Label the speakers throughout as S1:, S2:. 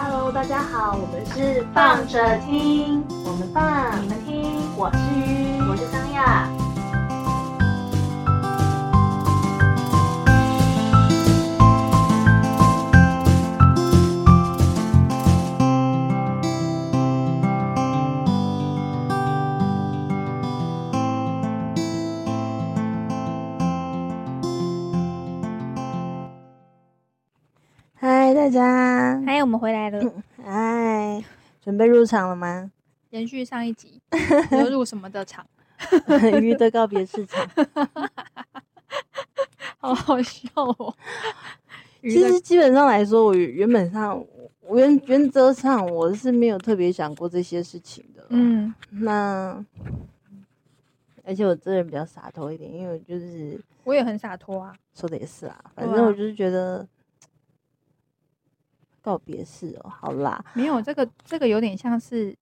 S1: 好，我们是放着听，我们放，你们听。我是鱼，我是桑亚。
S2: 嗨，大家，
S3: 哎，我们回来了，
S2: 嗯嗨，哎准备入场了吗？
S3: 延续上一集有入什么的场，
S2: 鱼的告别市 场。
S3: 好好笑哦。
S2: 其
S3: 其
S2: 实基本上来说，我原本上，我原原则上我是没有特别想过这些事情的。，
S3: 嗯，
S2: 那而且我这人比较洒脱一点，因为我就是
S3: 我也很洒脱啊，
S2: 说的也是啊，
S3: 对
S2: 反正我
S3: 啊
S2: 就是觉得。告别式哦，好啦，
S3: 没有这个这个有点像是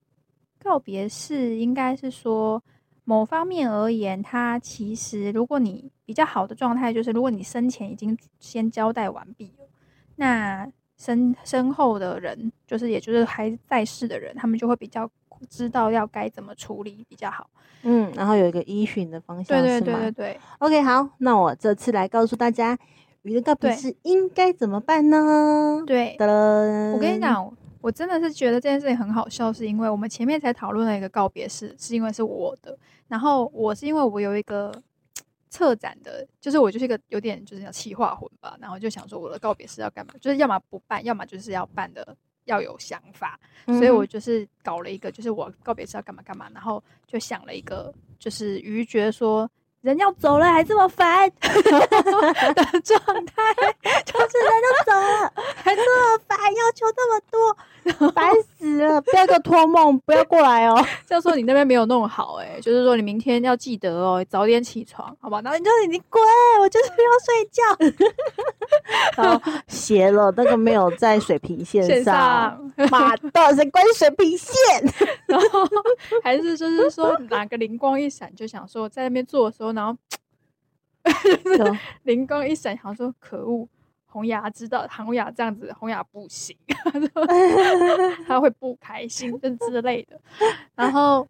S3: 告别式，应该是说某方面而言，它其实如果你比较好的状态，就是如果你生前已经先交代完毕了，那身身后的人，就是也就是还在世的人，他们就会比较知道要该怎么处理比较好。
S2: 嗯，然后有一个依循的方向
S3: 对对
S2: 是
S3: 对
S2: 吗
S3: 对对。
S2: OK，好，那我这次来告诉大家，鱼的告别
S3: 对
S2: 是应该怎么办呢？
S3: 对，
S2: 我嗯
S3: 我跟你，讲，我真的是觉得这件事情很好笑，是因为我们前面才讨论了一个告别式，是因为是我的，然后我是因为我有一个策展的，就是我就是一个有点就是叫气化魂吧，然后就想说我的告别式要干嘛，就是要么不办，要么就是要办的要有想法，
S2: 嗯
S3: 所以我就是搞了一个，就是我告别式要干嘛干嘛，然后就想了一个，就是于觉得说。人要走了还这么烦 的状态，就是
S2: 人都走了， 还这么烦，要求这么多，烦死了！不要给我托梦，不要过来 哦。
S3: 教授，你那边没有弄好哎、就是说你明天要记得哦，早点起床，好吧？然后你就你滚，我就是要睡觉。
S2: 然后斜了，那个没有在水平线
S3: 线
S2: 上，
S3: 上，
S2: 妈的，谁关水平线？
S3: 然后还是就是说哪个灵光一闪，就想说在那边做的时候，然后
S2: 哦
S3: 灵光一闪，想说可恶，红牙知道红牙这样子，红牙不行， 他会不开心，就是之类的。然后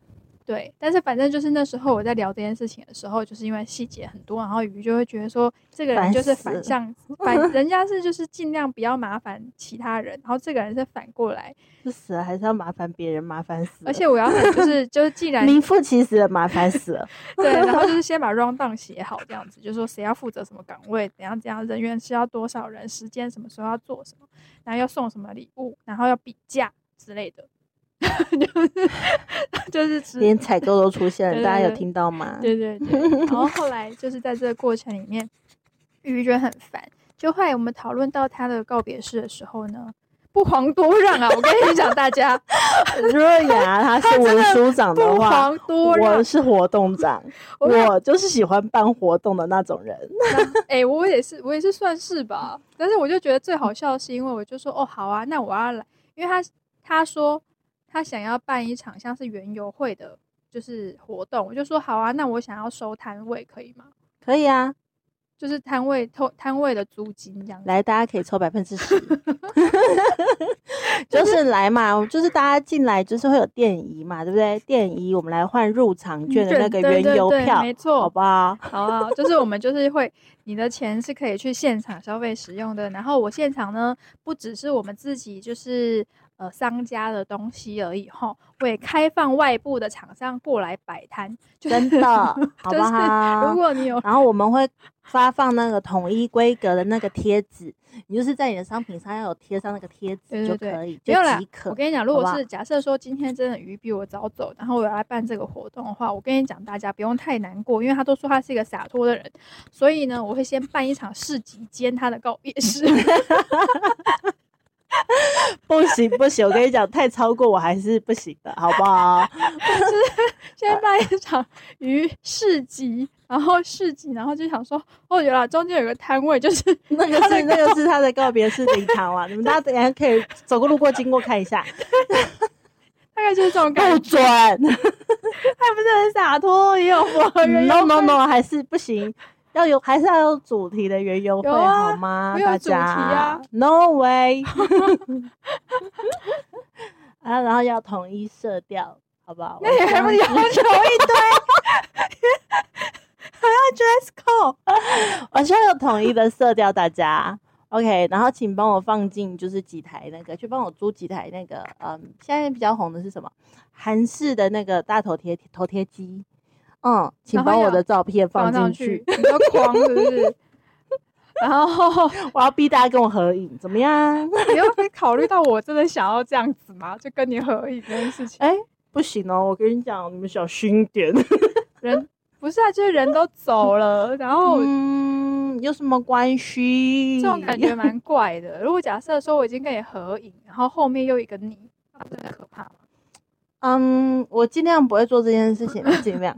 S3: 对，但是反正就是那时候我在聊这件事情的时候，就是因为细节很多，然后鱼就会觉得说这个人
S2: 烦
S3: 就是
S2: 死了
S3: 反向反，人家是就是尽量不要麻烦其他人，然后这个人是反过来，
S2: 就死了还是要麻烦别人，麻烦死了。
S3: 而且我要 很就是就是 既然
S2: 名副其实的麻烦死 了。
S3: 对，然后 就是先把 round down 写好，这样子，就是说谁要负责什么岗位，怎样怎样，人员是要多少人，时间什么时候要做什么，然后要送什么礼物，然后要比价之类的， 就是就是
S2: 连采购都出现了，
S3: 嗯对
S2: 大家有
S3: 对
S2: 听到吗？
S3: 对对对。然后后来就是在这个过程里面，鱼觉得很烦。就后来我们讨论到他的告别式的时候呢，不遑多让啊！我跟你讲，大家
S2: 如果雅他是文书长
S3: 不
S2: 的话，
S3: 遑多让
S2: 我，是活动长，
S3: 我们
S2: 我就是喜欢办活动的那种人。
S3: 哎、我也是，我也是算是吧。但是我就觉得最好笑的是，因为我就说哦，好啊，那我要来，因为他他说他想要办一场像是园游会的，就是活动，我就说好啊，那我想要收摊位可以吗？
S2: 可以啊，
S3: 就是摊位摊摊位的租金这样子。
S2: 来，大家可以抽百分之十， 就是来嘛，就是大家进来就是会有电椅嘛，对不对？电椅我们来换入场券的那个
S3: 对
S2: 原
S3: 对
S2: 油
S3: 对
S2: 票，
S3: 没错，
S2: 好不好？
S3: 好啊，就是我们就是会，你的钱是可以去现场消费使用的。然后我现场呢，不只是我们自己就是呃商家的东西而已吼，我也开放外部的厂商过来摆摊，就是
S2: 真的，啊好
S3: 就
S2: 不
S3: 是
S2: 好？
S3: 如果你有
S2: 然后我们会发放那个统一规格的那个贴纸，你就是在你的商品上要有贴上那个贴纸
S3: 对对
S2: 就
S3: 对
S2: 可以，
S3: 没有
S2: 就
S3: 啦
S2: 即可
S3: 我。跟你讲，如
S2: 好
S3: 果
S2: 不
S3: 是假设说今天真的鱼比我早走，然后我要来办这个活动的话，我跟你讲，大家不用太难过，因为他都说他是一个洒脱的人，所以呢，我会先办一场市集间他的告别式。
S2: 不行不行，我跟你讲，太超过我还是不行的，好不好？
S3: 先办一场 鱼市集，然后市集，然后就想说，哦，原来中间有个摊位，就是
S2: 那个是那个是他的告别式礼堂 啊，你们大家等一下可以走过路过经过看一下。
S3: 大概就是这种 感
S2: 不
S3: 觉，
S2: 准
S3: 还不是很洒脱，也有我的人
S2: ！No No No，还是不行，要有还是要有主题的园游会、
S3: 有啊
S2: 好吗？
S3: 我有
S2: 大
S3: 主题
S2: 家、
S3: 啊
S2: n o way。 啊，然后要统一色调，好不 好？
S3: 那你还不
S2: 我
S3: 有
S2: 希望
S3: 求一堆，还要 dress code？
S2: 我希望有统一的色调，大家 OK。然后请帮我放进就是几台那个，去帮我租几台那个，嗯，现在比较红的是什么？韩式的那个大头贴头贴机，嗯，请
S3: 然后
S2: 帮我
S3: 要
S2: 的照片放
S3: 放上
S2: 进
S3: 去
S2: 去，，
S3: 你说狂是不是？然后
S2: 我要逼大家跟我合影，怎么样？
S3: 你又会考虑到我真的想要这样子吗？就跟你合影这件事情，
S2: 哎、 不行哦，我跟你讲，你们小心一点。
S3: 人不是啊，就是人都走了，然后
S2: 嗯，有什么关系？
S3: 这种感
S2: 嗯
S3: 觉蛮怪的。如果假设说我已经跟你合影，然后后面又一个你，那不是很可怕吗？
S2: 嗯，我尽量不会做这件事情，尽 量。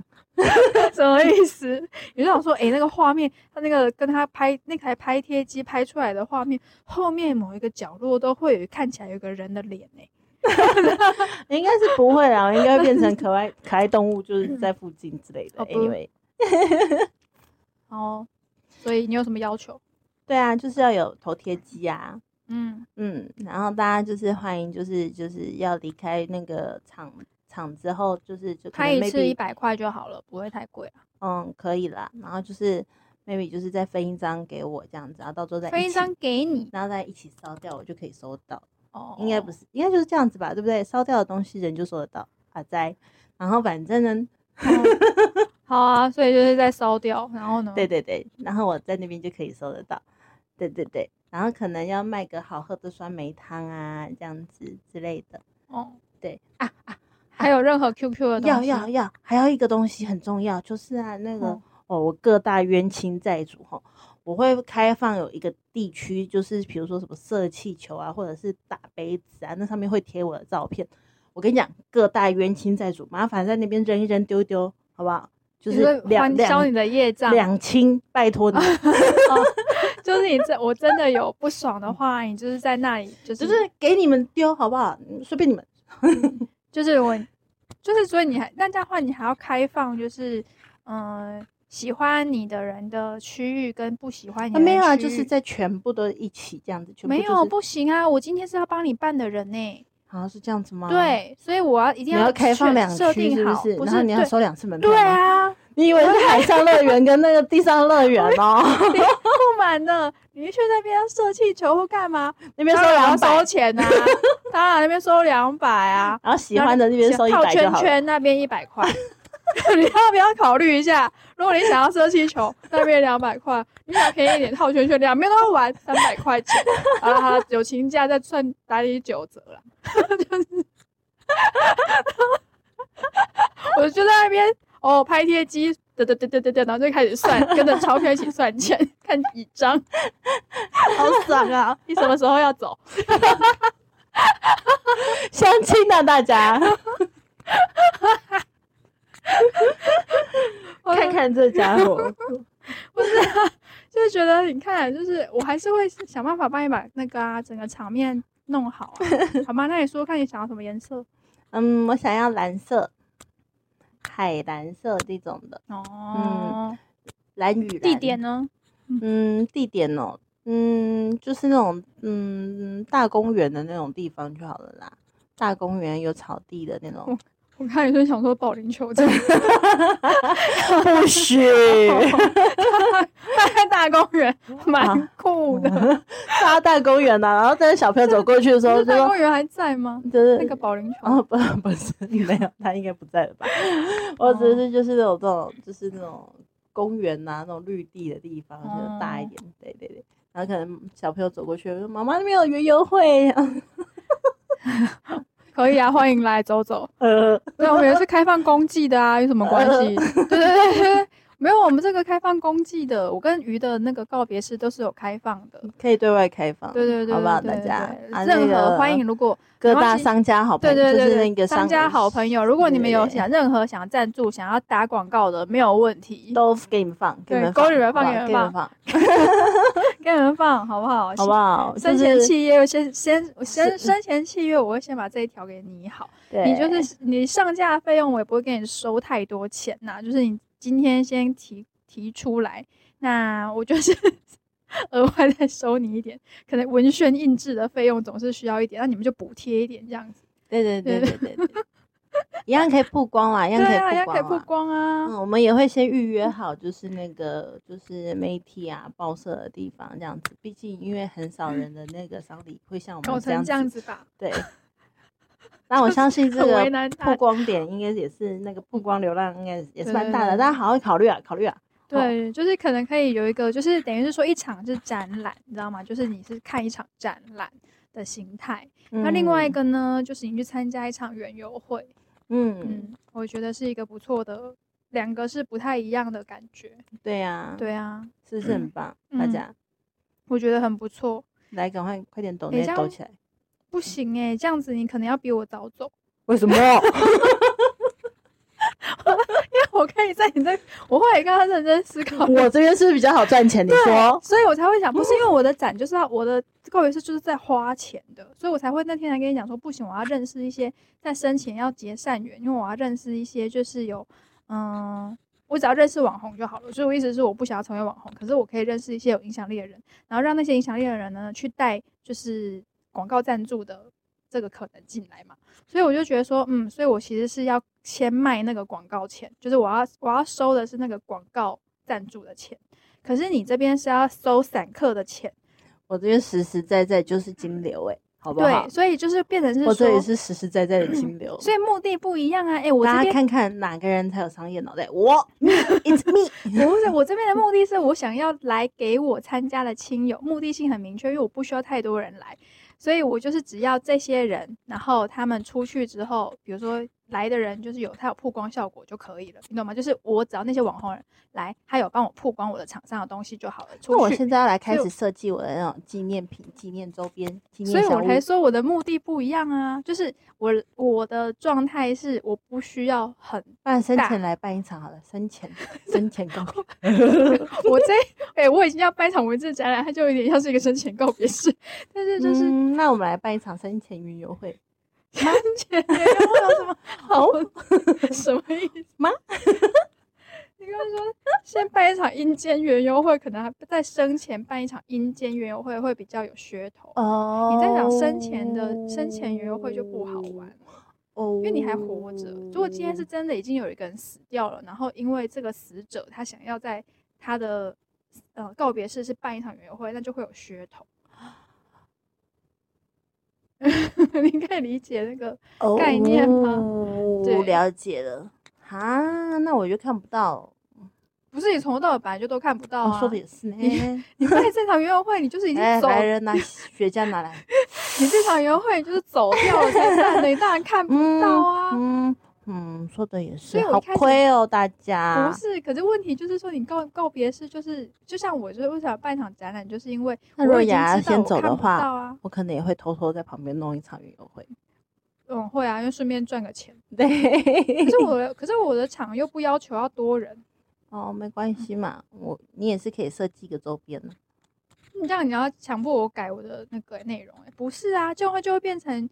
S3: 什么意思？你就想说，哎、那个画面，他那个跟他拍那台拍贴机拍出来的画面，后面某一个角落都会有看起来有个人的脸哎、
S2: 应该是不会啦，我应该会变成可爱可爱动物，就是在附近之类的。
S3: 好吧
S2: anyway，
S3: 然后，哦所以你有什么要求？
S2: 对啊，就是要有头贴机啊，
S3: 嗯，
S2: 嗯，然后大家就是欢迎，就是就是要离开那个场场之后，就是就可能
S3: 拍一次
S2: maybe-
S3: 一百块就好了，不会太贵啊。
S2: 嗯，可以啦。然后就是 maybe 就是再分一张给我这样子，然后到时候再
S3: 分
S2: 一
S3: 一
S2: 起
S3: 张，给你
S2: 然后再一起烧掉，我就可以收到。
S3: 哦，
S2: 应该不是，应该就是这样子吧，对不对？烧掉的东西人就收得到，好在。然后反正呢，
S3: 哦好啊，所以就是在烧掉，然后呢？
S2: 对对对，然后我在那边就可以收得到，对对对。然后可能要卖个好喝的酸梅汤啊，这样子之类的。
S3: 哦，
S2: 对
S3: 啊啊，还有任何 QQ 的东
S2: 要
S3: 西
S2: 要要，还有一个东西很重要，就是啊那个、
S3: 嗯
S2: 哦，我各大冤亲债主哈，我会开放有一个地区，就是比如说什么射气球啊，或者是打杯子啊，那上面会贴我的照片。我跟你讲，各大冤亲债主，麻烦在那边扔一扔丢一丢，好不好？就
S3: 你
S2: 是
S3: 会
S2: 两
S3: 还消你
S2: 两
S3: 的业障，
S2: 两清，拜托 你。
S3: 就是你真我真的有不爽的话，你就是在那里，就
S2: 就
S3: 是
S2: 是给你们丢好不好？嗯随便你们。
S3: 就是我，就是所以你还那这样的话，你还要开放，就是嗯、呃喜欢你的人的区域跟不喜欢你
S2: 啊
S3: 的人
S2: 没有啊，
S3: 区
S2: 就是
S3: 域
S2: 在全部都一起这样子，全部
S3: 没
S2: 就是
S3: 有不行啊！我今天是要帮你办的人呢、
S2: 好像是这样子吗？，
S3: 对，所以我要一
S2: 哦你
S3: 定
S2: 要开放
S3: 确
S2: 两
S3: 设
S2: 区
S3: 定
S2: 是不
S3: 好，
S2: 是？
S3: 不
S2: 然后你要
S3: 对
S2: 收两次门票
S3: 对
S2: 吗，
S3: 啊，
S2: 你以为是海上乐园跟那个地上乐园 哦？
S3: 不满的，你去那边射气球或干嘛？
S2: 那边收
S3: 当然要
S2: 两百
S3: 收，钱啊， 当然那边收两百啊。
S2: 然后喜欢的那边收一
S3: 套
S2: 百就
S3: 圈
S2: 好了。
S3: 圈那边一百块， 你要不要考虑一下？如果你想要射气 球，那边两百块；你想便宜一点，套圈圈两边都要玩三百块钱。好了好了，友情价再算打你九折 了，就是， 我就在那边哦拍贴机。对对对对对对，然后就开始算，跟着钞票一起算钱， 看几张，
S2: 好爽啊！
S3: 你什么时候要走？
S2: 相亲啊，大 家看看这家伙，
S3: 就是觉得你看，就是我还是会想办法帮你把那个啊整个场面弄好、啊， 好吗？那你说看你想要什么颜色
S2: 嗯，我想要蓝色、海蓝色这种的，
S3: 哦？
S2: 蓝雨蓝
S3: 地点呢？
S2: 嗯，地点哦，嗯，就是那种嗯大公园的那种地方就好了啦。大公园有草地的那 种，
S3: 我看你是想说保龄球这样，
S2: 不许
S3: 大概 大公园蛮酷的。
S2: 到大公园呐、然后带着小朋友走过去的时
S3: 不
S2: 候，
S3: 是
S2: 就
S3: 大
S2: 说
S3: 公园还在吗？
S2: 就是
S3: 那个保龄球
S2: 哦不 不是没有，他应该不在了 吧？我只
S3: 哦
S2: 是就是那种这种就是那种公园呐、那种绿地的地方，就是大一
S3: 哦
S2: 点，对对对。然后可能小朋友走过去说：“妈妈那边有园游会。啊
S3: 可以啊，欢迎来走走。”
S2: 呃，
S3: 对，我们也是开放公祭的啊，有什么关系？ 对对对对，没有，我们这个开放公祭的，我跟鱼的那个告别式都是有开放的。
S2: 可以对外开放，
S3: 对对对，
S2: 好不好？
S3: 对
S2: 大
S3: 对
S2: 家
S3: 对
S2: 啊
S3: 任
S2: 那
S3: 何
S2: 个
S3: 欢迎，如果
S2: 各
S3: 没关
S2: 大
S3: 系
S2: 商家好朋
S3: 对
S2: 友，
S3: 对
S2: 就
S3: 对
S2: 哎是
S3: 对
S2: 那个
S3: 商家好朋友，如果你们有想任何想赞助、想要打广告的，没有问题，
S2: 都给你们放，给
S3: 对
S2: 你们
S3: 勾
S2: 放，
S3: 你们
S2: 好不
S3: 放
S2: 好
S3: 给你
S2: 给
S3: 们
S2: 你们放，
S3: 给你们放好不好？
S2: 好不好？就
S3: 生前
S2: 是
S3: 契约，先先我先
S2: 是
S3: 生前契约，我会先把这一条给你好。
S2: 对，
S3: 你就是你上架的费用，我也不会给你收太多钱呐、就是你今天先提提出来，那我就是 额外再收你一点，可能文宣印制的费用总是需要一点，那你们就补贴一点这样子。
S2: 对对对对对 对，一样可以曝光啦，一样
S3: 对
S2: 可以
S3: 啊，要
S2: 曝
S3: 可以曝
S2: 光啦。
S3: 光啊。
S2: 嗯，我们也会先预约好，就是那个就是媒体啊报社的地方这样子。毕竟因为很少人的那个丧礼会像我嗯
S3: 搞
S2: 们这样
S3: 成这样
S2: 子，
S3: 子吧，
S2: 对。 那我相信这
S3: 很
S2: 个
S3: 为难大
S2: 曝光点应该也是那个曝光流量应该也是
S3: 对
S2: 蛮
S3: 对
S2: 大的，
S3: 对
S2: 大家好好考虑啊，考虑啊。
S3: 对，就是可能可以有一个，就是等于是说一场是展览，你知道吗？就是你是看一场展览的形态，那另外一
S2: 嗯，
S3: 个呢，就是你去参加一场园游会，
S2: 嗯，
S3: 嗯，我觉得是一个不错的，两个是不太一样的感觉。
S2: 对呀，，
S3: 对啊，
S2: 是不是很棒？大
S3: 嗯
S2: 家
S3: 我觉得很不错。
S2: 来，赶快快点抖
S3: 嗯等一
S2: 内
S3: 下
S2: 抖
S3: 哦
S2: 起来。
S3: 不
S2: 嗯
S3: 行哎、这样子你可能要比我早走，
S2: 为什么？
S3: 因为我看你在你在，我后来跟他认真思考，
S2: 我这边是不是比较好赚钱？你
S3: 对，
S2: 说，
S3: 所以我才会想，不是因为我的展就是要我的告别式就是在花钱的，所以我才会那天来跟你讲说，不行，我要认识一些在生前要结善缘，因为我要认识一些就是有，嗯，我只要认识网红就好了。所以我意思是我不想要成为网红，可是我可以认识一些有影响力的人，然后让那些影响力的人呢去带就是广告赞助的这个可能进来嘛。所以我就觉得说，嗯，所以我其实是要先卖那个广告钱，就是我要我要收的是那个广告赞助的钱。可是你这边是要收散客的钱，
S2: 我这边实实在在就是金流，哎，好不好
S3: 对，？所以就是变成是
S2: 我这里
S3: 说，
S2: 是实实在在的金流，
S3: 所以目的不一样啊。哎、我这
S2: 大家
S3: 边
S2: 看看哪个人才有商业脑袋， 我，it's me。
S3: 不是我这边的目的是我想要来给我参加的亲友，目的性很明确，因为我不需要太多人来，所以我就是只要这些人，然后他们出去之后，比如说来的人就是有他有曝光效果就可以了，你懂吗？就是我只要那些网红人来，他有帮我曝光我的厂商的东西就好了。出
S2: 那我
S3: 去
S2: 现在要来开
S3: 所以
S2: 始设计我的那种纪念品、纪念周边、纪
S3: 所
S2: 念
S3: 以
S2: 小
S3: 我才
S2: 物。
S3: 说我的目的不一样啊，就是我我的状态是我不需要很，
S2: 不然生
S3: 大
S2: 前来办一场好了，生 前生前告别。
S3: 我这哎、我已经要办一场文字展览，它就有点像是一个生前告别式，但是就是
S2: 嗯，那我们来办一场生前云游会。
S3: 生 前有什 么好
S2: 哦
S3: 什么意思
S2: 妈？
S3: 你刚刚说先办一场阴间园游会，可能还在生前办一场阴间园游会会比较有噱头。
S2: 哦
S3: 你在讲生前的生前园游会就不好玩了。
S2: 哦，
S3: 因为你还活着。如果今天是真的已经有一个人死掉了，然后因为这个死者他想要在他的呃告别式是办一场园游会，那就会有噱头。 你可以理解那个，概念吗
S2: 哦
S3: 对
S2: 了解了。啊，那我就看不到。
S3: 不是你从头到尾本来就都看不到
S2: 我
S3: 啊。
S2: 哦说的也是呢。
S3: 你在这场园游会，你就是已经
S2: 哎，
S3: 走，
S2: 来人拿雪茄 拿来。
S3: 你这场园游会你就是走掉了才办的，你当然看不到啊。
S2: 嗯嗯，说的也是
S3: 所以，我一
S2: 好
S3: 开始
S2: 亏哦，大家
S3: 不。是，可是问题就是说，你告告别式就是，就像我就是为什么要办一场展览，就是因为
S2: 那如果
S3: 我已经
S2: 雅雅
S3: 知道
S2: 先
S3: 我
S2: 走
S3: 看
S2: 的
S3: 不
S2: 话
S3: 到啊，
S2: 我可能也会偷偷在旁边弄一场运动会。
S3: 嗯，会啊，因为顺便赚个 钱。
S2: 对
S3: 可，是我的，可是我的厂又不要求要多人，
S2: 哦，没关系嘛，我你也是可以设计一个周边的。
S3: 你这样你要强迫我改我的那个内容、欸，不是啊，这样会就会变成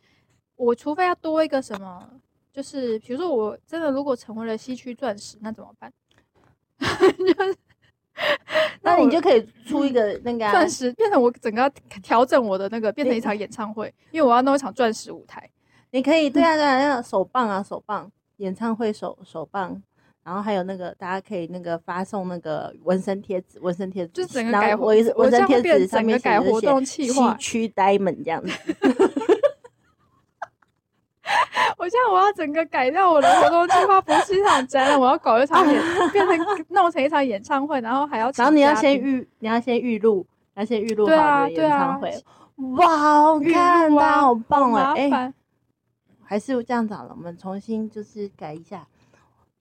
S3: 我，除非要多一个什么，就是比如说我真的如果成为了西区钻石，那怎么办？
S2: 那
S3: 那
S2: 你
S3: 我嗯
S2: 就可以出一个那个啊
S3: 钻石变成我整个要调整我的那个，变成一场演唱会，因为我要弄一场钻石舞台。
S2: 你可
S3: 嗯
S2: 以对啊对啊，那个手棒啊手棒，演唱会手手棒，然后还有那个大家可以那个发送那个纹身贴纸，纹身贴纸，
S3: 就是整个
S2: 然后
S3: 改活
S2: 我也是
S3: 我
S2: 纹
S3: 这
S2: 身
S3: 样会
S2: 贴
S3: 变
S2: 纸上
S3: 整
S2: 面
S3: 个
S2: 写
S3: 改
S2: 就是
S3: 活
S2: 写
S3: 动企划
S2: 西区 Diamond 这样子，
S3: 我现在我要整个改掉我的活动计划，不是一场展览，我要搞一场演， 变成弄成一场演唱会，然后还要请
S2: 然后你要
S3: 嘉
S2: 先
S3: 宾
S2: 预，你要先预录，你要先预录好
S3: 对啊
S2: 你的演
S3: 对啊
S2: 唱会。哇，好
S3: 预录
S2: 看大家
S3: 啊
S2: 好棒
S3: 麻
S2: 哎、哎，
S3: 烦。
S2: 还是这样子好了，我们重新就是改一下，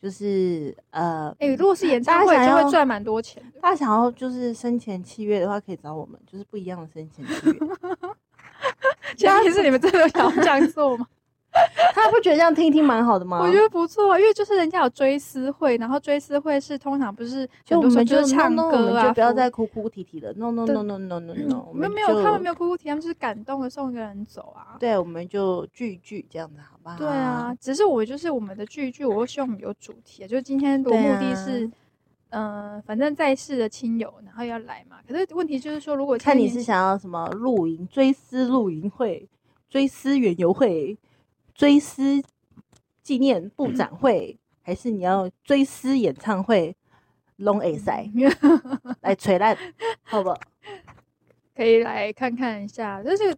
S2: 就是呃，
S3: 哎、如果是演
S2: 大
S3: 唱
S2: 家
S3: 会，
S2: 想
S3: 就
S2: 要
S3: 会赚蛮多钱的。
S2: 大家想要就是生前契约的话，可以找我们，就是不一样的生前契 约。
S3: 前提是你们真的有想要这样做吗？
S2: 他不觉得这样听一听蛮 好的吗？
S3: 我觉得不错啊，因为就是人家有追思会，然后追思会是通常不是
S2: 就我
S3: 很多时候
S2: 们
S3: 就
S2: 就是 no
S3: 唱
S2: no，我
S3: 歌
S2: 们
S3: 啊，
S2: 就不要
S3: 服
S2: 再哭哭啼啼的，no no
S3: 对
S2: no no no no no，我
S3: 我们
S2: 们
S3: 没有，他们没
S2: 有，
S3: 有哭哭啼，他们就是感动的送一个人走啊。
S2: 对，我们就聚一聚这样子，好不好？
S3: 对啊，，只是我就是我们的剧剧，我会希望我们有主题，就是今天的
S2: 对
S3: 目
S2: 啊
S3: 的是，嗯、反正在世的亲友，然后要来嘛。可是问题就是说，如果
S2: 看
S3: 今
S2: 你
S3: 天
S2: 是想要什么露营、追思露营会、追思园游会、追思纪念部 展会，还是你要追思演唱会龙 A 赛来锤烂，好不好？
S3: 可以来看看一下，但是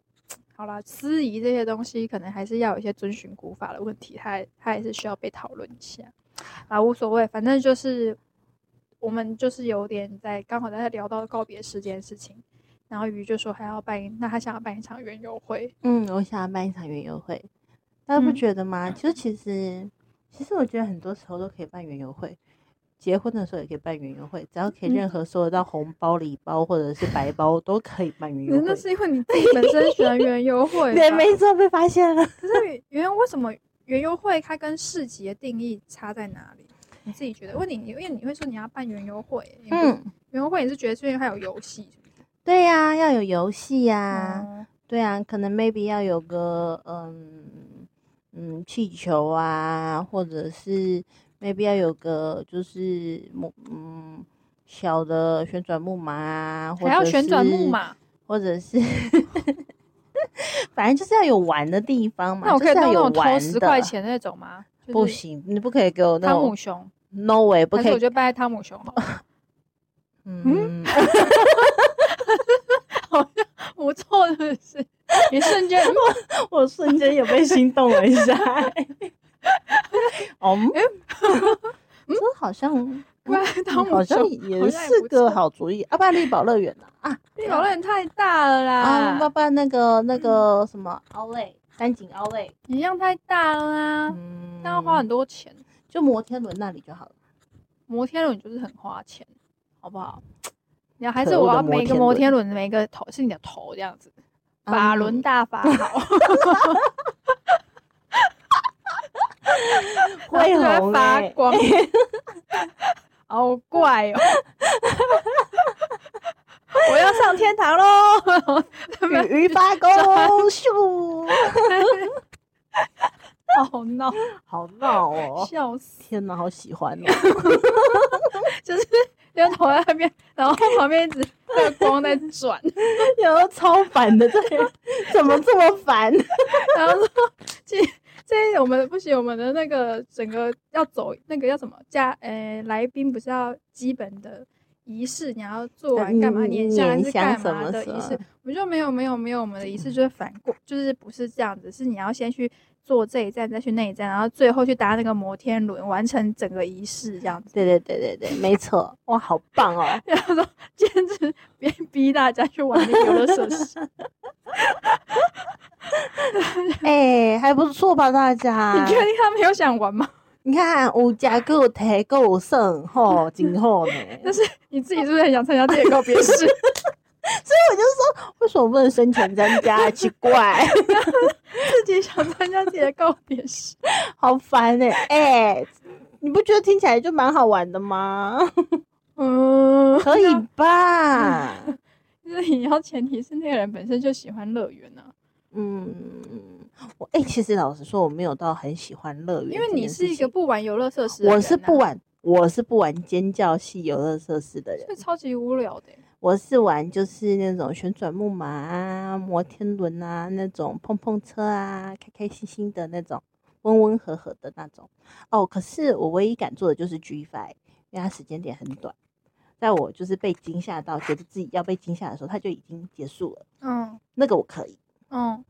S3: 好啦，司仪这些东西可能还是要有一些遵循古法的问题，它它也是需要被讨论一下啊，无所谓，反正就是我们就是有点在刚好在聊到告别式这件事情，然后鱼就说还要办一，那他想要办一场园游会，
S2: 嗯，我想要办一场园游会，大家不
S3: 嗯
S2: 觉得吗？就其实，其实我觉得很多时候都可以办园游会，结婚的时候也可以办园游会，只要可以任
S3: 嗯
S2: 何收得到红包、礼包或者是白包，都可以办园游
S3: 那
S2: 会。
S3: 是因为你自己本身喜欢园游会
S2: 对，
S3: 吧，
S2: 没错，被发现了。
S3: 可是园为什么园游会它跟市集的定义差在哪里？你自己觉得？问你，因为你会说你要办园游会，你不，
S2: 嗯，
S3: 园游会你是觉得是因为它有游戏是不是
S2: 对呀、要有游戏呀、
S3: 哦
S2: 对啊，可能 maybe 要有个嗯嗯气球啊，或者是 maybe 要有个就是木嗯小的旋转木马啊，或
S3: 还要
S2: 者
S3: 旋转木
S2: 是，
S3: 马，
S2: 或者是 反正就是要有玩的地方嘛，
S3: 那我
S2: 就
S3: 可以
S2: 是要
S3: 当那
S2: 有
S3: 种偷
S2: 玩
S3: 十
S2: 的
S3: 块。钱的那种吗？就 是
S2: 不，行，你不可以给我那
S3: 汤
S2: 种
S3: 姆熊，
S2: no way，不
S3: 还是
S2: 可
S3: 我
S2: 以。
S3: 就拜汤姆熊好了，
S2: 嗯，
S3: 不错，是不是？你瞬间， 嗯
S2: 我瞬间有被心动了一下、哦， 嗯这好像
S3: 拜汤姆
S2: 嗯好像
S3: 熊，
S2: 也
S3: 好像也
S2: 是
S3: 不
S2: 个
S3: 错
S2: 好主意。啊，不然力宝乐园啊
S3: 你搞得点太大了
S2: 啊啊！要
S3: 啦，
S2: 不然那个
S3: 嗯
S2: 那个什么奥莱三井奥莱，
S3: 一样太大了啦，
S2: 嗯
S3: 啊那要花很多钱。
S2: 就摩天轮那里就好了。
S3: 摩天轮就是很花钱，好不好？你要还
S2: 嗯可
S3: 是
S2: 恶
S3: 我
S2: 的
S3: 要
S2: 摩
S3: 每个
S2: 天
S3: 摩
S2: 轮
S3: 天轮每个头是你的头这样子，法轮
S2: 嗯
S3: 大法好，
S2: 会
S3: 然后就
S2: 红
S3: 发
S2: 欸
S3: 光，好 怪哦！我要上天堂喽！ 啊
S2: 鱼鱼发功咻，
S3: 好闹，
S2: 好闹哦！
S3: 笑死！
S2: 天哪，好喜欢哦！
S3: 就是人头在那边，然后旁边一直那个光在转，
S2: 有的超烦的，这人 怎么这么烦？
S3: 然后说这这我们不行，我们的那个整个要走那个叫什么加呃来宾不是要基本的仪式，你要做完干嘛？
S2: 嗯
S3: 年下来是
S2: 年香
S3: 干
S2: 什
S3: 嘛
S2: 么
S3: 的
S2: 什
S3: 仪式
S2: 么？
S3: 我们就没有没有没有，我们的仪式就是反过，就是不是这样子，是你要先去做这一站，再去那一站，然后最后去搭那个摩天轮，完成整个仪式这样子。
S2: 对对对对对，没错，哇，好棒哦！
S3: 然后说坚持别逼大家去玩那个游乐设施，
S2: 哎、还不错吧，大家？
S3: 你确定他们有想玩吗？
S2: 你看，有食够有提够有剩，吼，真 好呢。
S3: 但是你自己是不是很想参加这个告别式？
S2: 为什么不能生前参加？奇怪，
S3: 自己想参加自己的告别 式，
S2: 好烦哎、哎、你不觉得听起来就蛮好玩的 吗？
S3: 嗯，
S2: 可以吧？
S3: 啊就是你要前提是那个人本身就喜欢乐园啊呢、
S2: 嗯，我哎、其实老实说，我没有到很喜欢乐园，
S3: 因为你是一个，不玩游乐设施的人、啊
S2: 我是不，玩，我是不玩尖叫系游乐设施的人
S3: 就，超级无聊的欸、
S2: 我是玩就是那种旋转木马啊、摩天轮啊、那种碰碰车啊，开开心心的那种，温温和和的那种。哦，可是我唯一敢做的就是 G Five，因为它时间点很短，在我就是被惊吓到，觉得自己要被惊吓的时候，它就已经结束了。
S3: 嗯
S2: 那个我可以，
S3: 嗯，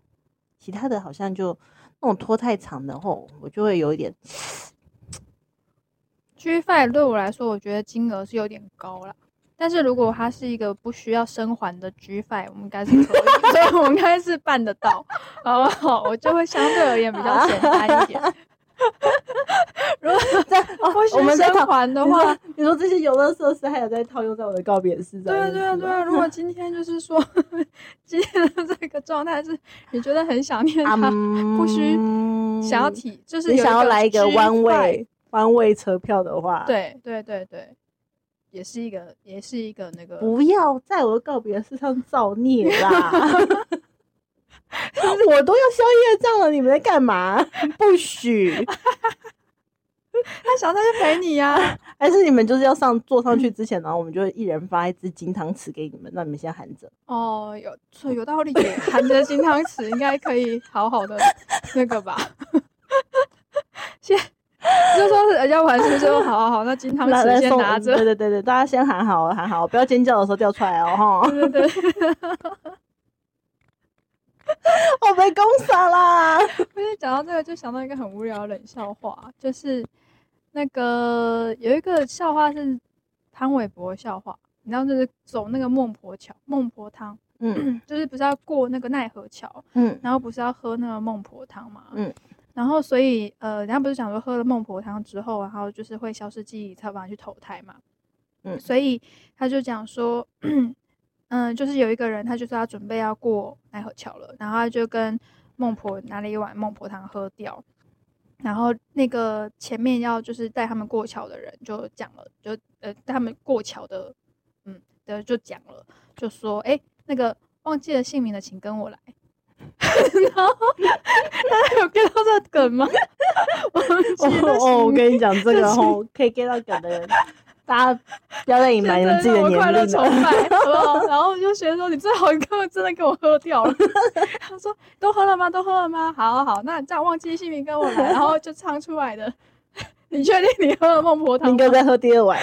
S2: 其他的好像就那种拖太长的后，我就会有一点，
S3: G Five 对我来说，我觉得金额是有点高了。但是如果它是一个不需要生还的 G Five，我们应该是可以，所以我们应该是办得到，好不好？我就会相对而言比
S2: 啊
S3: 较简 单一点。如果不
S2: 我
S3: 需
S2: 们在
S3: 生
S2: 讨
S3: 还的
S2: 你
S3: 话，
S2: 说你说这些游乐设施还有在套用在我的告别式上
S3: 对啊，
S2: 面，
S3: 对啊，
S2: 是
S3: 对
S2: 吗
S3: 啊。如果今天就是说，今天的这个状态是你觉得很想念他，不需想要
S2: 嗯
S3: 体，就是
S2: 你
S3: 有
S2: 想要来一个
S3: G
S2: one
S3: five
S2: way one way 车票的话，，
S3: 对对对对，也是一个，也是一个那个，
S2: 不要在我的告别式上造孽啦！ 我都要宵夜账了，你们在干嘛？不许！
S3: 他想上去陪你呀、
S2: 还是你们就是要上坐上去之前，然后我们就一人发一支金汤匙给你们，让你们先含着。
S3: 哦，有所以有道理耶，含着金汤匙应该可以好好的那个吧。先就说是要玩，是说好好好，那金汤
S2: 来来
S3: 匙先
S2: 送
S3: 拿
S2: 嗯
S3: 着
S2: 对。对对对，大家先喊好了，喊好，不要尖叫的时候掉出来哦， 哈！
S3: 对对对，
S2: 我被攻杀啦！
S3: 不是讲到这个就想到一个很无聊的冷笑话，就是那个有一个笑话是潘玮柏笑话，你知道就是走那个孟婆桥、孟婆汤，
S2: 嗯
S3: 就是不是要过那个奈何桥，
S2: 嗯
S3: 然后不是要喝那个孟婆汤嘛，
S2: 嗯，
S3: 然后所以呃，人家不是讲说喝了孟婆汤之后，然后就是会消失记忆，才有办法去投胎嘛，
S2: 嗯
S3: 所以他就讲说， 嗯、就是有一个人，他就是要准备要过奈何桥了，然后他就跟孟婆拿了一碗孟婆汤喝掉。然后那个前面要就是带他们过桥的人就讲了，就呃带他们过桥的，嗯的就讲了，就说哎那个忘记了姓名的请跟我来， 然后 大家有 get 到这个梗吗？
S2: 哦
S3: 忘记了
S2: 哦，我
S3: 姓名
S2: 跟你讲这
S3: 这
S2: 个
S3: 是
S2: 吼，可以 get 到梗的 人，大家不要再隐瞒你们自己的
S3: 真让我快
S2: 年
S3: 乐
S2: 龄
S3: 崇
S2: 了。
S3: 拜，好不好？然后我就觉得说，你最好你给我真的给我喝掉了。 他说都喝了吗？都喝了吗？好啊好好，那这样忘记姓名跟我来，然后就唱出来的。 你确定你喝了孟婆汤
S2: 明
S3: 吗？
S2: 哥在喝第二碗，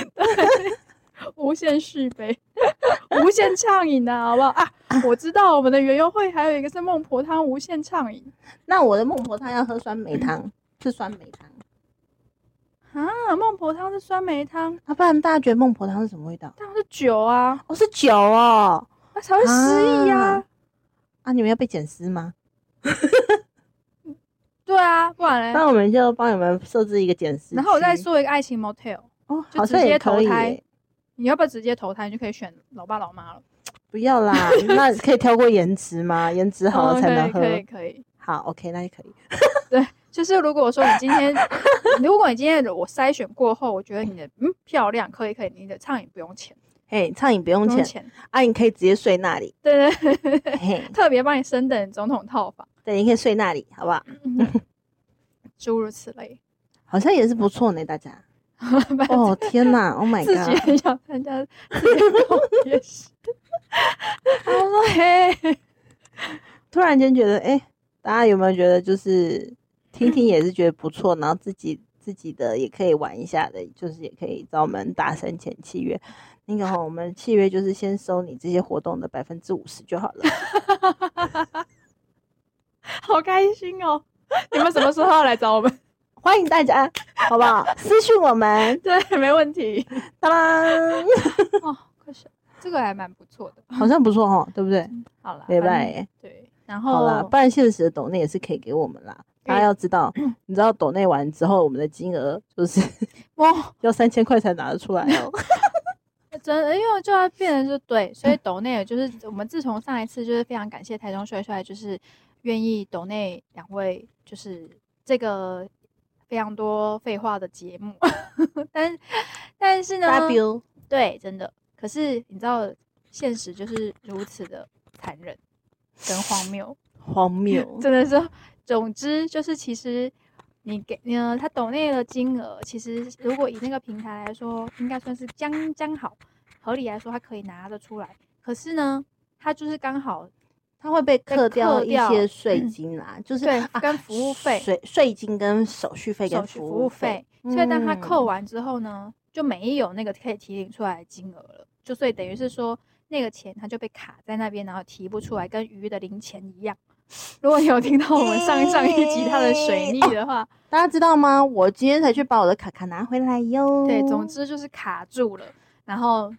S3: 无限续杯， 无限畅饮的好不好啊？我知道我们的园游会还有一个是孟婆汤无限畅饮
S2: 那我的孟婆汤要喝酸梅汤，是酸梅汤
S3: 啊，孟婆汤是酸梅汤，
S2: 啊，不然大家觉得孟婆汤是什么味道？
S3: 当然是酒啊，
S2: 哦，是酒哦。
S3: 那才会失忆呀、
S2: 啊啊，你们要被剪丝吗？
S3: 对啊，不然嘞
S2: 那。我们就帮你们设置一个剪丝。
S3: 然后我再，做一个爱情 motel，
S2: 哦，
S3: 就
S2: 好
S3: 直
S2: 像
S3: 接
S2: 也
S3: 投
S2: 可以
S3: 胎
S2: 耶。
S3: 你要不要直接投胎？你就可以选老爸老妈了。
S2: 不要 啦，那可以挑过颜值吗？颜值好了
S3: 嗯
S2: 才
S3: 可
S2: 能
S3: 以
S2: 喝。
S3: 可以可以，
S2: 好，OK，那就可以。
S3: 对，就是如果说你今 天，如果你今天我筛选过后，我觉得你的嗯漂亮，可以可以，你的畅饮不用钱，
S2: 嘿，畅饮不用
S3: 不用
S2: 钱，
S3: 钱，
S2: 啊，你可以直接睡那 里。
S3: 对对对对，
S2: 嘿，
S3: 特别帮你升等总统套房，
S2: 对，你可以睡那里，好不好？
S3: 诸如此类。
S2: 好像也是不错呢，大家。
S3: 反正
S2: 哦，天哪！Oh my
S3: 自己
S2: god！
S3: 很想参加自己 的告别式，他说嘿，
S2: 突然间觉得，哎、大家有没有觉得就是听听也是觉得不错，然后自己自己的也可以玩一下的，就是也可以找我们达成前契约。那个哈，我们契约就是先收你这些活动的百分之五十就好 了。
S3: 好开心哦！ 你们什么时候要来找我们？
S2: 欢迎大家，好不好？私信我们，
S3: 对，没 问题。
S2: 当当，
S3: 哦，可是这个还蛮不错的。
S2: 好像不错哈，对不对？
S3: 好啦，
S2: 没
S3: 反
S2: 办
S3: 正
S2: 耶
S3: 对，然后
S2: 好啦，不然现实的抖内也是可以给我们啦。大家要知道，你知道抖内完之后，我们的金额就是
S3: 哇，
S2: 要三千块才拿得出来 哦。
S3: 真的，因为就要变成是对，所以抖内也就是我们自从上一次就是非常感谢台中帅帅，就是愿意抖内两位，就是这个非常多废话的节目， 但但是呢，
S2: W
S3: 对，真的，可是你知道现实就是如此的残忍跟荒谬，
S2: 荒 谬，
S3: 真的是，总之就是其实你给呃，他抖内的金额，其实如果以那个平台来说，应该算是将将好，合理来说，他可以拿得出来。可是呢，他就是刚好
S2: 它会被
S3: 被
S2: 克掉
S3: 克
S2: 一
S3: 掉
S2: 些税
S3: 嗯
S2: 金啦，就是
S3: 对
S2: 啊
S3: 跟服务费、
S2: 税税金跟手续费
S3: 手
S2: 跟
S3: 续
S2: 服
S3: 服务
S2: 务
S3: 费
S2: 费，，
S3: 所以当他
S2: 嗯
S3: 扣完之后呢，就没有那个可以提领出来的金额了，就所以等于是说那个钱他就被卡在那边，然后提不出来，跟鱼的零钱一样。 如果你有听到我们上上一集他的水逆的话，
S2: 大家知道吗？我今天才去把我的卡卡拿回来哟。
S3: 对，总之就是卡住了，然后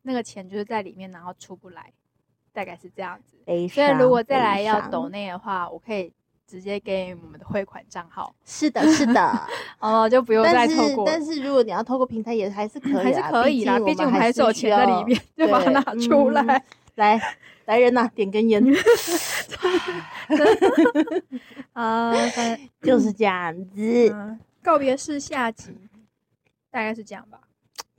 S3: 那个钱就是在里面，然后出不来，大概是这样子。
S2: 悲
S3: 所
S2: 伤。
S3: 以如果再
S2: 悲
S3: 来要
S2: 伤
S3: 抖，内的话，我可以直接给我们的汇款账号，
S2: 是的，是 的。
S3: 哦，就不用再
S2: 但是
S3: 透过，
S2: 但是如果你要透过平台，也还是可以啦，啊
S3: 还是可以啦，毕
S2: 毕
S3: 竟我们
S2: 还
S3: 还是有
S2: 需
S3: 钱在里
S2: 要
S3: 面。，就把它
S2: 对
S3: 拿出
S2: 嗯
S3: 来。
S2: 来，来人呐，点根烟，嗯
S3: 啊， 反正
S2: 就是这样子，
S3: 嗯告别式下集大概是这样吧，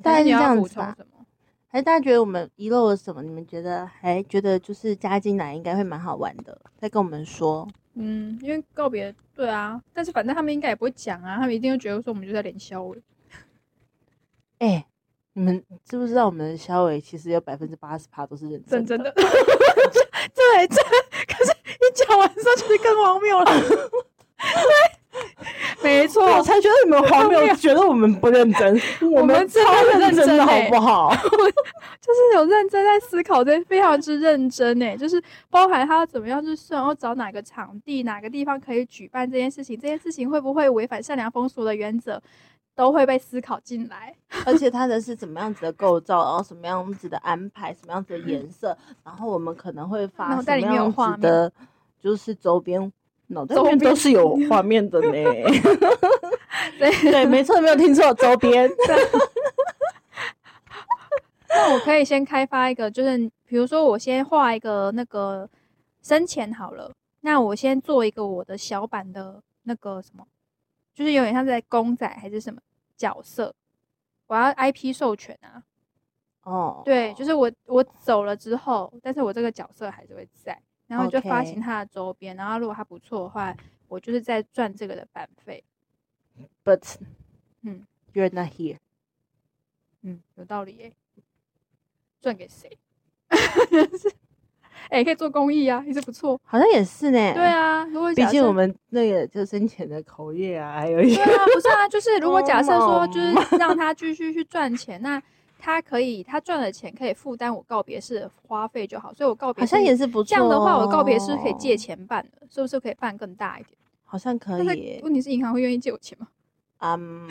S2: 大概
S3: 还
S2: 是
S3: 你
S2: 这
S3: 要
S2: 样
S3: 补
S2: 子
S3: 充
S2: 吧。
S3: 什么？
S2: 还是大家觉得我们遗漏了什么？你们觉得还觉得就是加进来应该会蛮好玩的，再跟我们说。
S3: 嗯，因为告别，对啊，但是反正他们应该也不会讲啊，他们一定会觉得说我们就在连消委。
S2: 哎、你们知不知道我们的肖伟其实有百分之八十趴都是认
S3: 认
S2: 真
S3: 真
S2: 的
S3: 的， 对，这可是一讲完之后就是更荒谬了。 对，没错，
S2: 我才觉得你们荒
S3: 荒
S2: 谬
S3: 谬，
S2: 觉得我们不认真，我
S3: 哦 我
S2: 们
S3: 们真
S2: 超
S3: 的
S2: 认
S3: 很认
S2: 真
S3: 真
S2: 的好
S3: 欸
S2: 不好？
S3: 就是有认真在思考，这非常之认真诶，就是包含他要怎么样去算，要找哪个场地、哪个地方可以举办这件事情，这件事情会不会违反善良风俗的原则，都会被思考进来。
S2: 而且它的是怎么样子的构造，然后什么样子的安排，什么样子的颜色，然后我们可能会发
S3: 脑
S2: 什
S3: 袋
S2: 么
S3: 里面有
S2: 样
S3: 画
S2: 子
S3: 面
S2: 的，就是周边。脑袋里
S3: 周
S2: 面都
S3: 边
S2: 是有画面的 呢，
S3: 对，
S2: 对，没错，没有听错，周边。
S3: 那我可以先开发一个，就是比如说我先画一个那个深浅好了，那我先做一个我的小版的那个什么，就是有点像在公仔还是什么角色，我要 IP 授权啊。
S2: 哦，
S3: 对，就是我我走了之后，但是我这个角色还是会在，然后就发行
S2: OK
S3: 它的周边，然后如果它不错的话，我就是在赚这个的版费。
S2: But，嗯
S3: 嗯
S2: ，You're not here。
S3: 嗯，有道理耶、赚给谁？ 哎、可以做公益啊，也是不错。
S2: 好像也是呢。
S3: 对，啊，如果
S2: 毕
S3: 假
S2: 竟
S3: 设
S2: 我们那个就生前的口业啊，还有一些
S3: 对啊，不是 啊，就是如果假设说，就
S2: 好
S3: 是让他继续去赚钱，那他可以他赚的钱可以负担我告别式的花费就好，所以我告别
S2: 好像
S3: 式
S2: 也是不错。哦
S3: 这样的话，我告别式可以借，钱办的，是不是可以办更大一点？
S2: 好像可
S3: 但
S2: 以
S3: 是。问题是银行会愿意借我钱吗？
S2: 嗯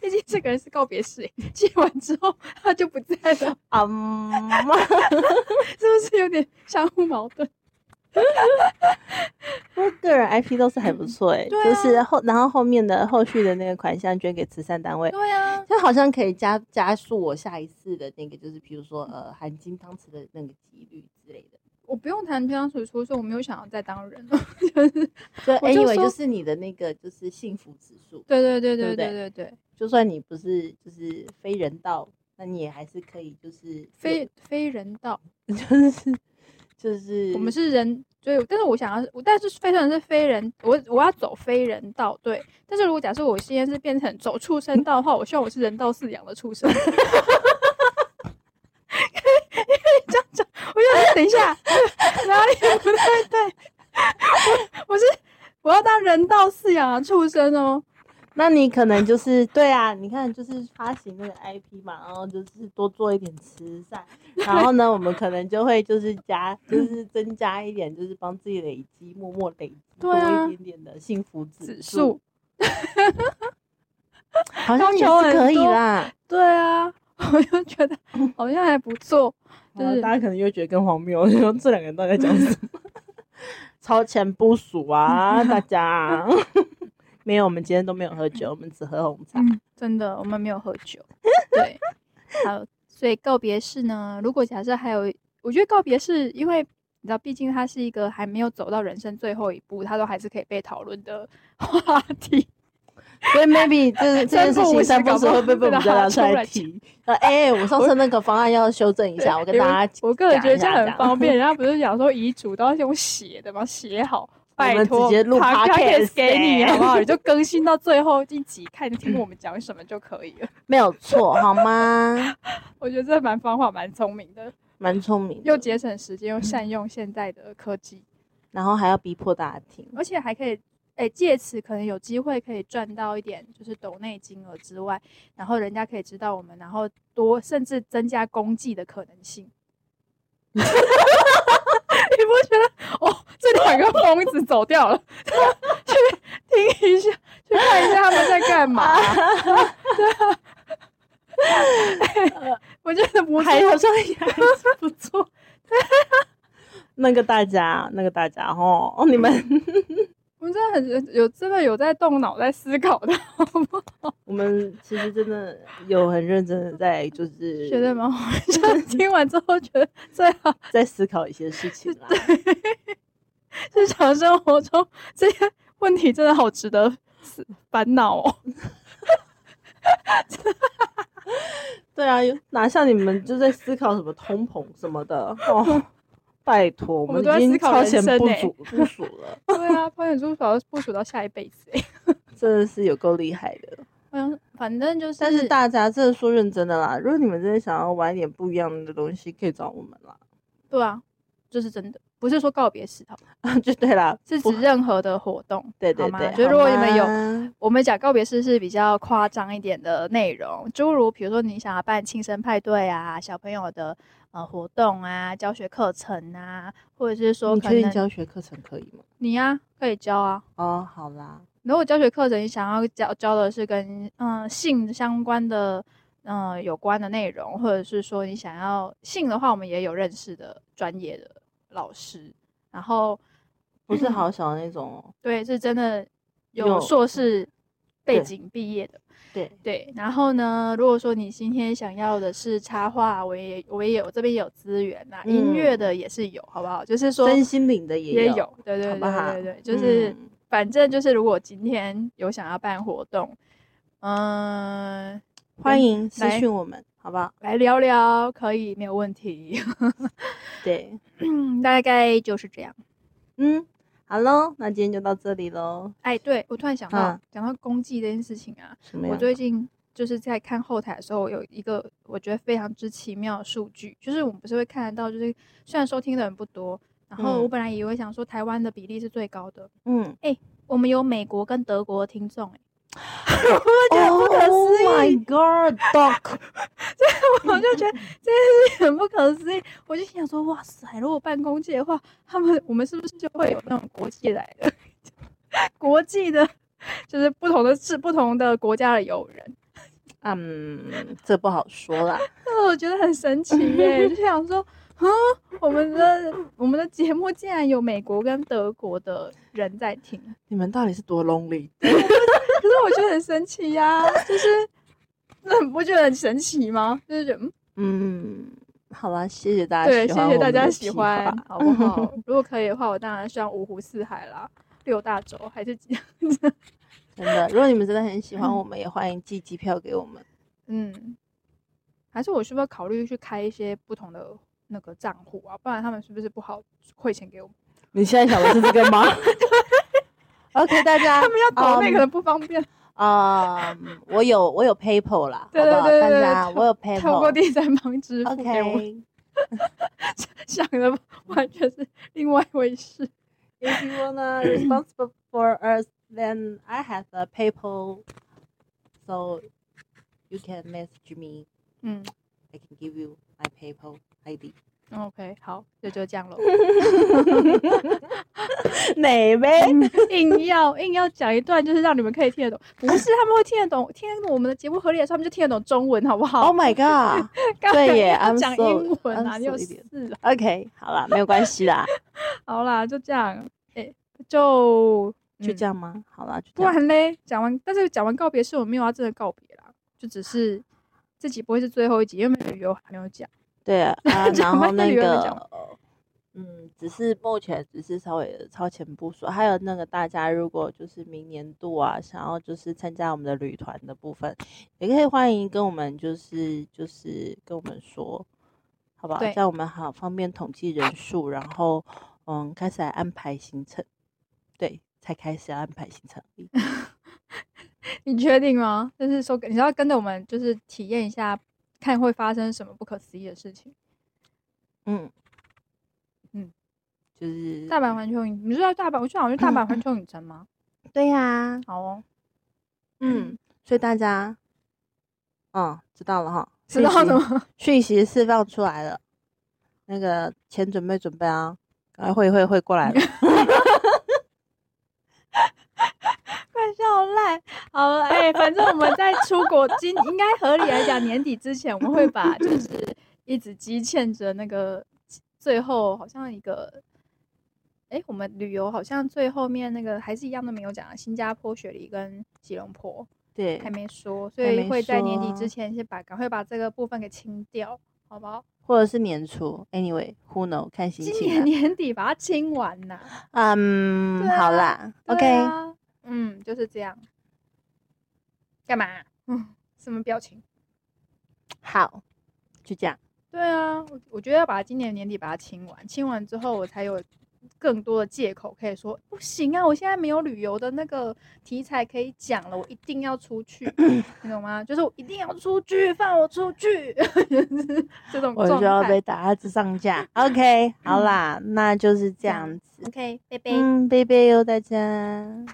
S3: 毕竟这个人是告别式欸，借完之后他就不在了，是
S2: 嗯。
S3: 不是有点相互矛 盾？
S2: 不过个人 IP 都是还不错哎、
S3: 对
S2: 就
S3: 啊
S2: 是后然后后面的后续的那个款项捐给慈善单位，
S3: 对啊，
S2: 这好像可以加加速我下一次的那个，就是比如说呃含金汤匙的那个几率之类的。
S3: 我不用谈平常水出，所以我没有想要再当人了。
S2: 所以
S3: 我就
S2: anyway 就
S3: 说
S2: 是你的那个就是幸福指数，
S3: 对对对
S2: 对不对
S3: 对对对对，
S2: 就算你不是就是非人道，那你也还是可以就是
S3: 非非人道，
S2: 有 就是就是
S3: 我们是人，所以但是我想要，我但是非常是非人，我我要走非人道，对。但是如果假设我现在是变成走畜生道的话，我希望我是人道饲养的畜生。 因为因为你这样讲，我就想等一下哪里不太对，我我是我要当人道饲养的畜生哦。
S2: 那你可能就是对啊，你看就是发行那个 IP 嘛，然后就是多做一点慈善，然后呢，我们可能就会就是加，就是增加一点，就是帮自己累积，默默累积多
S3: 对啊
S2: 一点点的幸福指
S3: 指
S2: 数，
S3: 数，
S2: 好像
S3: 要
S2: 也
S3: 求
S2: 是
S3: 很
S2: 可以
S3: 多
S2: 啦。
S3: 对啊， 我就觉得好像还不错。就
S2: 然后
S3: 是
S2: 大家可能又觉得更荒谬， 说这两个人到底在讲什么？ 超前部署啊，大家！ 没有，我们今天都没有喝酒，我们只喝红茶。
S3: 嗯，真的，我们没有喝酒。对，好，所以告别式呢，如果假设还有，我觉得告别式，因为你知道，毕竟它是一个还没有走到人生最后一步，它都还是可以被讨论的 话题。
S2: 所以 maybe 就是这件事情，三
S3: 三
S2: 不
S3: 不五时
S2: 时会被被我
S3: 搞不好
S2: 们大家出
S3: 突
S2: 来
S3: 然
S2: 提。呃， 哎，我上次那个方案要修正一下，我跟
S3: 因为
S2: 大家
S3: 我个人
S2: 讲
S3: 觉得
S2: 一
S3: 这
S2: 下
S3: 很
S2: 样
S3: 方便。人家不是讲说遗嘱都要用写的吗？写好，拜
S2: 们直
S3: 托，
S2: 接录 podcast
S3: 给你
S2: 欸
S3: 好不好？你就更新到最后一集，看听我们讲什么就可以了。
S2: 没有错，好吗？
S3: 我觉得这蛮方法蛮聪明的，
S2: 蛮聪明的，
S3: 又节省时间，又善用现在的科技。
S2: 然后还要逼迫大家听，
S3: 而且还可以，哎、借此可能有机会可以赚到一点，就是抖内金额之外，然后人家可以知道我们，然后多甚至增加功绩的可能性。 你不觉得哦？这两个疯子走掉了， 去听一下，去看一下他们在干嘛、 对啊哎 我觉得不是
S2: 呃还好像也还是 不错。那个大家，那个大家哦，哦，你们，
S3: 嗯我们真的很有真的有在动脑在思考的，好不好
S2: 我们其实真的有很认真的在，就是
S3: 觉得蛮好笑。 听完之后觉得最好
S2: 在思考一些事情啦。
S3: 日常生活中这些问题真的好值得思烦恼哦。
S2: 对啊，有哪像你们就在思考什么通膨什么的哦，拜托，
S3: 我
S2: 我
S3: 们
S2: 们
S3: 都在
S2: 已经
S3: 思考
S2: 超
S3: 人
S2: 前
S3: 生
S2: 部
S3: 欸
S2: 署部署了，
S3: 对啊，保险珠宝部署到下一辈子、欸。
S2: 真的是有够厉害的。
S3: 好
S2: 啊
S3: 像反正就是，
S2: 但是大家真的说认真的啦，如果你们真的想要玩一点不一样的东西，可以找我们啦。
S3: 对啊，这是真的，不是说告别式，好吗
S2: 就对啦，
S3: 是
S2: 不
S3: 指任何的活动，
S2: 对对
S3: 好吗
S2: 对，
S3: 就如果你们有
S2: 有
S3: 我们讲告别式是比较夸张一点的内容，诸如比如说你想要办庆生派对啊，小朋友的呃活动啊，教学课程啊，或者是说
S2: 你
S3: 可
S2: 确定
S3: 能
S2: 教学课程可以吗？
S3: 你呀、可以教啊。
S2: 哦，好啦，
S3: 如果教学课程你想要教教的是跟嗯、呃性相关的嗯、呃有关的内容，或者是说你想要性的话，我们也有认识的专业的老师，然后
S2: 不是
S3: 嗯
S2: 好小的那种哦。
S3: 对是真的有
S2: 有
S3: 硕士背
S2: 对
S3: 景毕业的。
S2: 对，
S3: 对，然后呢，如果说你今天想要的是插画，我也我也有我这边也有资源呐、音乐
S2: 嗯
S3: 的也是有，好不好？就是说
S2: 身心灵的
S3: 也
S2: 有，
S3: 有，对对
S2: 好
S3: 对
S2: 不好
S3: 对对，就是、
S2: 嗯
S3: 反正就是，如果今天有想要办活动，嗯、
S2: 欢迎私
S3: 来
S2: 讯我们，好不好？
S3: 来聊聊可以，没有问题。
S2: 对，
S3: 嗯，大概就是这样。
S2: 嗯，好喽，那今天就到这里喽。
S3: 哎，对我突然想到、
S2: 啊
S3: 讲到公祭这件事情啊，
S2: 什么
S3: 我
S2: 样？
S3: 最近就是在看后台的时候，有一个我觉得非常之奇妙的数据，就是我们不是会看得到，就是虽然收听的人不多，然后我
S2: 嗯
S3: 本来以为想说台湾的比例是最高的，
S2: 嗯，
S3: 我们有美国跟德国的听众、欸，
S2: 我觉得不
S3: 可思
S2: Oh
S3: 议
S2: my God，Doc，
S3: 我就觉得这件事情很不可思议，我就想说，哇塞，如果办公界的话，他们我们是不是就会有那种国际来的 国际的，就是不同的是不同的国家的友人。
S2: 嗯，这不好说啦。
S3: 那我觉得很神奇耶，就想说，啊，我们的我们的节目竟然有美国跟德国的人在听，
S2: 你们到底是多 lonely？
S3: 可是我觉得很神奇呀、就是那不觉得很神奇吗？就是觉得嗯
S2: 嗯，好啦，谢谢大家
S3: 对，
S2: 喜
S3: 谢
S2: 欢我
S3: 谢
S2: 们的
S3: 大家
S2: 计
S3: 喜欢
S2: 划，
S3: 好不 好？如果可以的话，我当然希望五湖四海啦，六大洲还是几，
S2: 真的，如果你们真的很喜欢我们，也欢迎寄机票给我们。
S3: 嗯，还是我是不是要考虑去开一些不同的那个账户啊？不然他们是不是不好汇钱给我们？
S2: 你现在想的是这个吗 ？OK，大家，
S3: 他们要抖那
S2: 嗯
S3: 可能不方便。
S2: 啊、我有我有 PayPal 啦，
S3: 对
S2: 好不好？
S3: 对对对
S2: 大
S3: 对
S2: 家，我有 PayPal。
S3: 透过第三方支付给我
S2: OK，
S3: 想的完全是另外一回事。
S2: If you wanna responsible for us, then I have a PayPal, so you can message me.
S3: 嗯
S2: I can give you my PayPal ID.
S3: ，OK，好，就就这 样咯。
S2: 哪呗？
S3: 硬要硬要讲一段，就是让你们可以听得懂。不是他们会听得懂，听得懂我们的节目合理来说，他们就听得懂中文，好不好？
S2: Oh my god！
S3: 干嘛
S2: 对耶
S3: 要
S2: I'm
S3: 讲
S2: so-
S3: 英文啊，
S2: I'm
S3: 你有
S2: so
S3: 事
S2: idiot
S3: 啊？
S2: OK，好 啦，没有关系啦，
S3: 好啦，就这样，哎、就
S2: 就这、
S3: 嗯
S2: 样吗？好啦，就
S3: 不
S2: 这样。
S3: 然嘞，讲完，但是讲完告别式，我没有要真的告别啦，就只是这集不会是最后一集，因为我们旅游还没有讲。
S2: 对啊，啊然
S3: 讲
S2: 后
S3: 完那
S2: 那
S3: 旅游没
S2: 个
S3: 讲完
S2: 呃嗯，只是目前只是稍微超前部署，还有那个大家如果就是明年度啊，想要就是参加我们的旅团的部分，也可以欢迎跟我们就是就是跟我们说，好不好？
S3: 对
S2: 这样我们好方便统计人数，然后嗯，开始来安排行程，对，才开始要安排行程。
S3: 你确定吗？就是说，你要跟着我们，就是体验一下，看会发生什么不可思议的事情。
S2: 嗯
S3: 嗯
S2: 嗯，就是
S3: 大阪环球影，你知道大阪，我就想去大阪环球影城吗？
S2: 对呀、
S3: 好 哦，
S2: 嗯，所以大家，嗯，知道了哈，
S3: 知道
S2: 了
S3: 的吗？
S2: 讯息释放出来了，那个钱准备准备啊，赶快汇一汇汇过 来了。
S3: 快笑烂！好了，哎、反正我们在出国今应该合理来讲，年底之前我们会把就是一直积欠着那个最后好像一个，哎、我们旅游好像最后面那个还是一样都没有讲，啊新加坡、雪梨跟吉隆坡。
S2: 对，
S3: 还没说，所
S2: 还
S3: 以
S2: 没
S3: 会在年底
S2: 说
S3: 之前先把赶快把这个部分给清掉，好不好？
S2: 或者是年初，anyway，who know，看心
S3: 今
S2: 情
S3: 年年底把它清完呐、
S2: 啊。嗯，
S3: 对
S2: 好
S3: 啊
S2: 啦
S3: 对
S2: ，OK，
S3: 啊嗯，就是这样。 干嘛？嗯，什么表情？
S2: 好，就这样，
S3: 对啊，我我觉得要把今年年底把它清完，清完之后我才有更多的借口可以说不行啊，我现在没有旅游的那个题材可以讲了，我一定要出去，你懂吗？就是我一定要出去，放我出去， 就是这种
S2: 我
S3: 状
S2: 就要
S3: 态嗯
S2: 被。打字上架。OK，好啦，那就是这样子。
S3: OK，贝贝。
S2: 嗯，贝贝哟，大家。